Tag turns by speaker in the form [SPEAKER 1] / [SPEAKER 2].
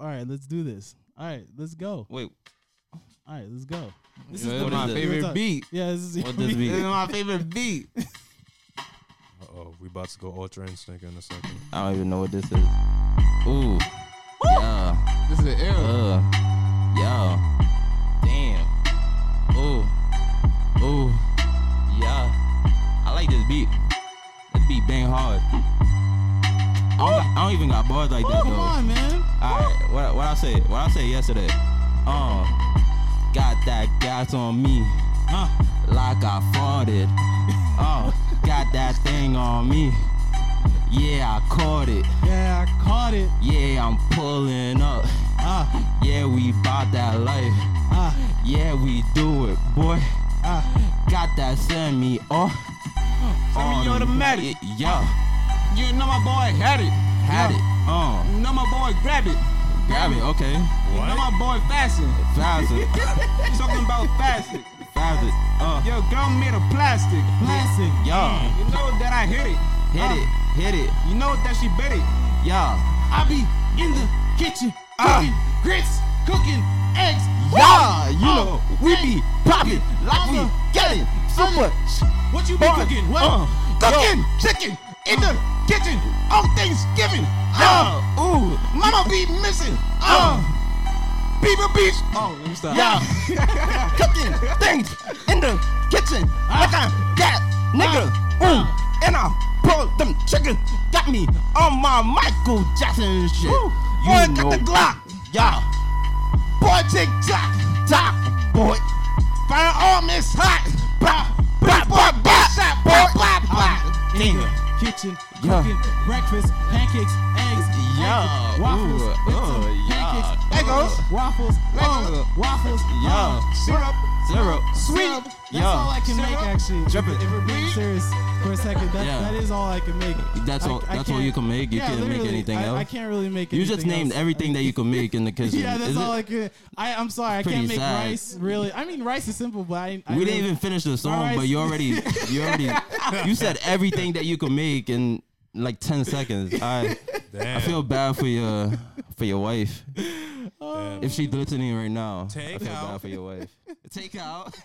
[SPEAKER 1] All right, let's do this. All right, let's go.
[SPEAKER 2] Wait,
[SPEAKER 1] All right, let's go. This
[SPEAKER 2] Yo,
[SPEAKER 1] is
[SPEAKER 2] this
[SPEAKER 1] the
[SPEAKER 2] my
[SPEAKER 1] beat.
[SPEAKER 2] favorite
[SPEAKER 1] What's up?
[SPEAKER 2] beat.
[SPEAKER 1] Yeah, this is your
[SPEAKER 2] what does
[SPEAKER 1] beat.
[SPEAKER 2] beat?
[SPEAKER 3] This is my favorite beat.
[SPEAKER 4] oh, we about to go Ultra Instinct in a second.
[SPEAKER 2] I don't even know what this is. Ooh. Yeah.
[SPEAKER 3] This is an era.
[SPEAKER 2] Uh. Yeah. Damn. Ooh. Ooh. Yeah. I like this beat. This beat bang hard. I don't, got- I don't even got bars like
[SPEAKER 3] Oh,
[SPEAKER 2] that
[SPEAKER 1] Come
[SPEAKER 2] though.
[SPEAKER 1] on, man.
[SPEAKER 2] Alright, what, what I say? What I say yesterday? Uh, got that gas on me,
[SPEAKER 1] Huh.
[SPEAKER 2] like I farted. Uh, got that thing on me. Yeah, I caught it.
[SPEAKER 1] Yeah, I caught it.
[SPEAKER 2] Yeah, I'm pulling up.
[SPEAKER 1] Ah,
[SPEAKER 2] Yeah, we bought that life.
[SPEAKER 1] ah,
[SPEAKER 2] Yeah, we do it, boy. Uh,
[SPEAKER 1] ah.
[SPEAKER 2] Got that send me off.
[SPEAKER 3] Semi-automatic.
[SPEAKER 2] Yeah,
[SPEAKER 3] You know my boy had it.
[SPEAKER 2] had it. Uh,
[SPEAKER 3] You know my boy grab it.
[SPEAKER 2] grab it. Okay,
[SPEAKER 3] You know my boy fasten.
[SPEAKER 2] faster,
[SPEAKER 3] Talking about fasten.
[SPEAKER 2] faster. Uh,
[SPEAKER 3] Yo, girl made of plastic.
[SPEAKER 1] Classic.
[SPEAKER 2] yeah,
[SPEAKER 3] You know that I hit it.
[SPEAKER 2] hit it, hit it.
[SPEAKER 3] Mm. You know that she bit it.
[SPEAKER 2] Yeah.
[SPEAKER 3] I be in the kitchen
[SPEAKER 2] Ah.
[SPEAKER 3] cooking grits, cooking eggs.
[SPEAKER 2] Yeah, you
[SPEAKER 3] Oh,
[SPEAKER 2] know, we be popping like we getting so much.
[SPEAKER 3] What you be
[SPEAKER 2] Bun.
[SPEAKER 3] cooking? What?
[SPEAKER 2] Uh,
[SPEAKER 3] cooking chicken in the kitchen on Thanksgiving. Uh,
[SPEAKER 2] Yeah, ooh,
[SPEAKER 3] mama be missing. Uh, people be
[SPEAKER 2] oh, let me stop.
[SPEAKER 3] Yeah.
[SPEAKER 2] cooking things in the kitchen like I got nigga. Ooh, and I pull them chickens. Got me on my Michael Jackson shit. You
[SPEAKER 3] Boy, got the
[SPEAKER 2] know.
[SPEAKER 3] Glock.
[SPEAKER 2] Yeah,
[SPEAKER 3] Boy, tick tock.
[SPEAKER 2] top boy.
[SPEAKER 3] Fire arm is hot. Bop, bop, bop, bop, shot. Bop, bop, bop.
[SPEAKER 1] In the
[SPEAKER 2] Damn.
[SPEAKER 1] kitchen,
[SPEAKER 2] Yeah.
[SPEAKER 1] cooking breakfast, pancakes, eggs,
[SPEAKER 2] Yeah,
[SPEAKER 1] pancakes, waffles,
[SPEAKER 2] ooh,
[SPEAKER 1] bits
[SPEAKER 2] uh,
[SPEAKER 1] of
[SPEAKER 2] yeah.
[SPEAKER 1] pancakes,
[SPEAKER 3] Legos.
[SPEAKER 1] eggs, waffles,
[SPEAKER 2] Oh,
[SPEAKER 3] Legos.
[SPEAKER 1] uh, waffles,
[SPEAKER 2] Yeah.
[SPEAKER 1] uh,
[SPEAKER 3] Syrup.
[SPEAKER 2] Zero.
[SPEAKER 1] syrup. That's
[SPEAKER 2] Oh, Yeah.
[SPEAKER 1] all I can
[SPEAKER 3] Syrup.
[SPEAKER 1] make, actually.
[SPEAKER 2] Drip it.
[SPEAKER 1] If we're being serious for a second, that,
[SPEAKER 2] Yeah.
[SPEAKER 1] that is all I can make.
[SPEAKER 2] That's
[SPEAKER 1] I-
[SPEAKER 2] all-
[SPEAKER 1] I
[SPEAKER 2] that's all
[SPEAKER 1] can't-
[SPEAKER 2] you can make? You
[SPEAKER 1] yeah,
[SPEAKER 2] can't make
[SPEAKER 1] literally.
[SPEAKER 2] anything
[SPEAKER 1] I, I
[SPEAKER 2] else?
[SPEAKER 1] can't really make.
[SPEAKER 2] You just
[SPEAKER 1] anything
[SPEAKER 2] named
[SPEAKER 1] else.
[SPEAKER 2] everything that you can make in the kitchen.
[SPEAKER 1] Yeah, that's
[SPEAKER 2] Is
[SPEAKER 1] all
[SPEAKER 2] it?
[SPEAKER 1] I could. I, I'm sorry, I
[SPEAKER 2] Pretty
[SPEAKER 1] can't make
[SPEAKER 2] sad.
[SPEAKER 1] rice. Really, I mean rice is simple, but I, I
[SPEAKER 2] we
[SPEAKER 1] really-
[SPEAKER 2] didn't even finish the song,
[SPEAKER 1] Alright.
[SPEAKER 2] but you already, you already, you said everything that you could make in like ten seconds. I, I
[SPEAKER 4] Damn.
[SPEAKER 2] feel bad for your, for your wife.
[SPEAKER 4] damn.
[SPEAKER 1] Oh.
[SPEAKER 2] If she's listening right now, I
[SPEAKER 4] Take
[SPEAKER 2] feel
[SPEAKER 4] out.
[SPEAKER 2] bad for your wife. Take out.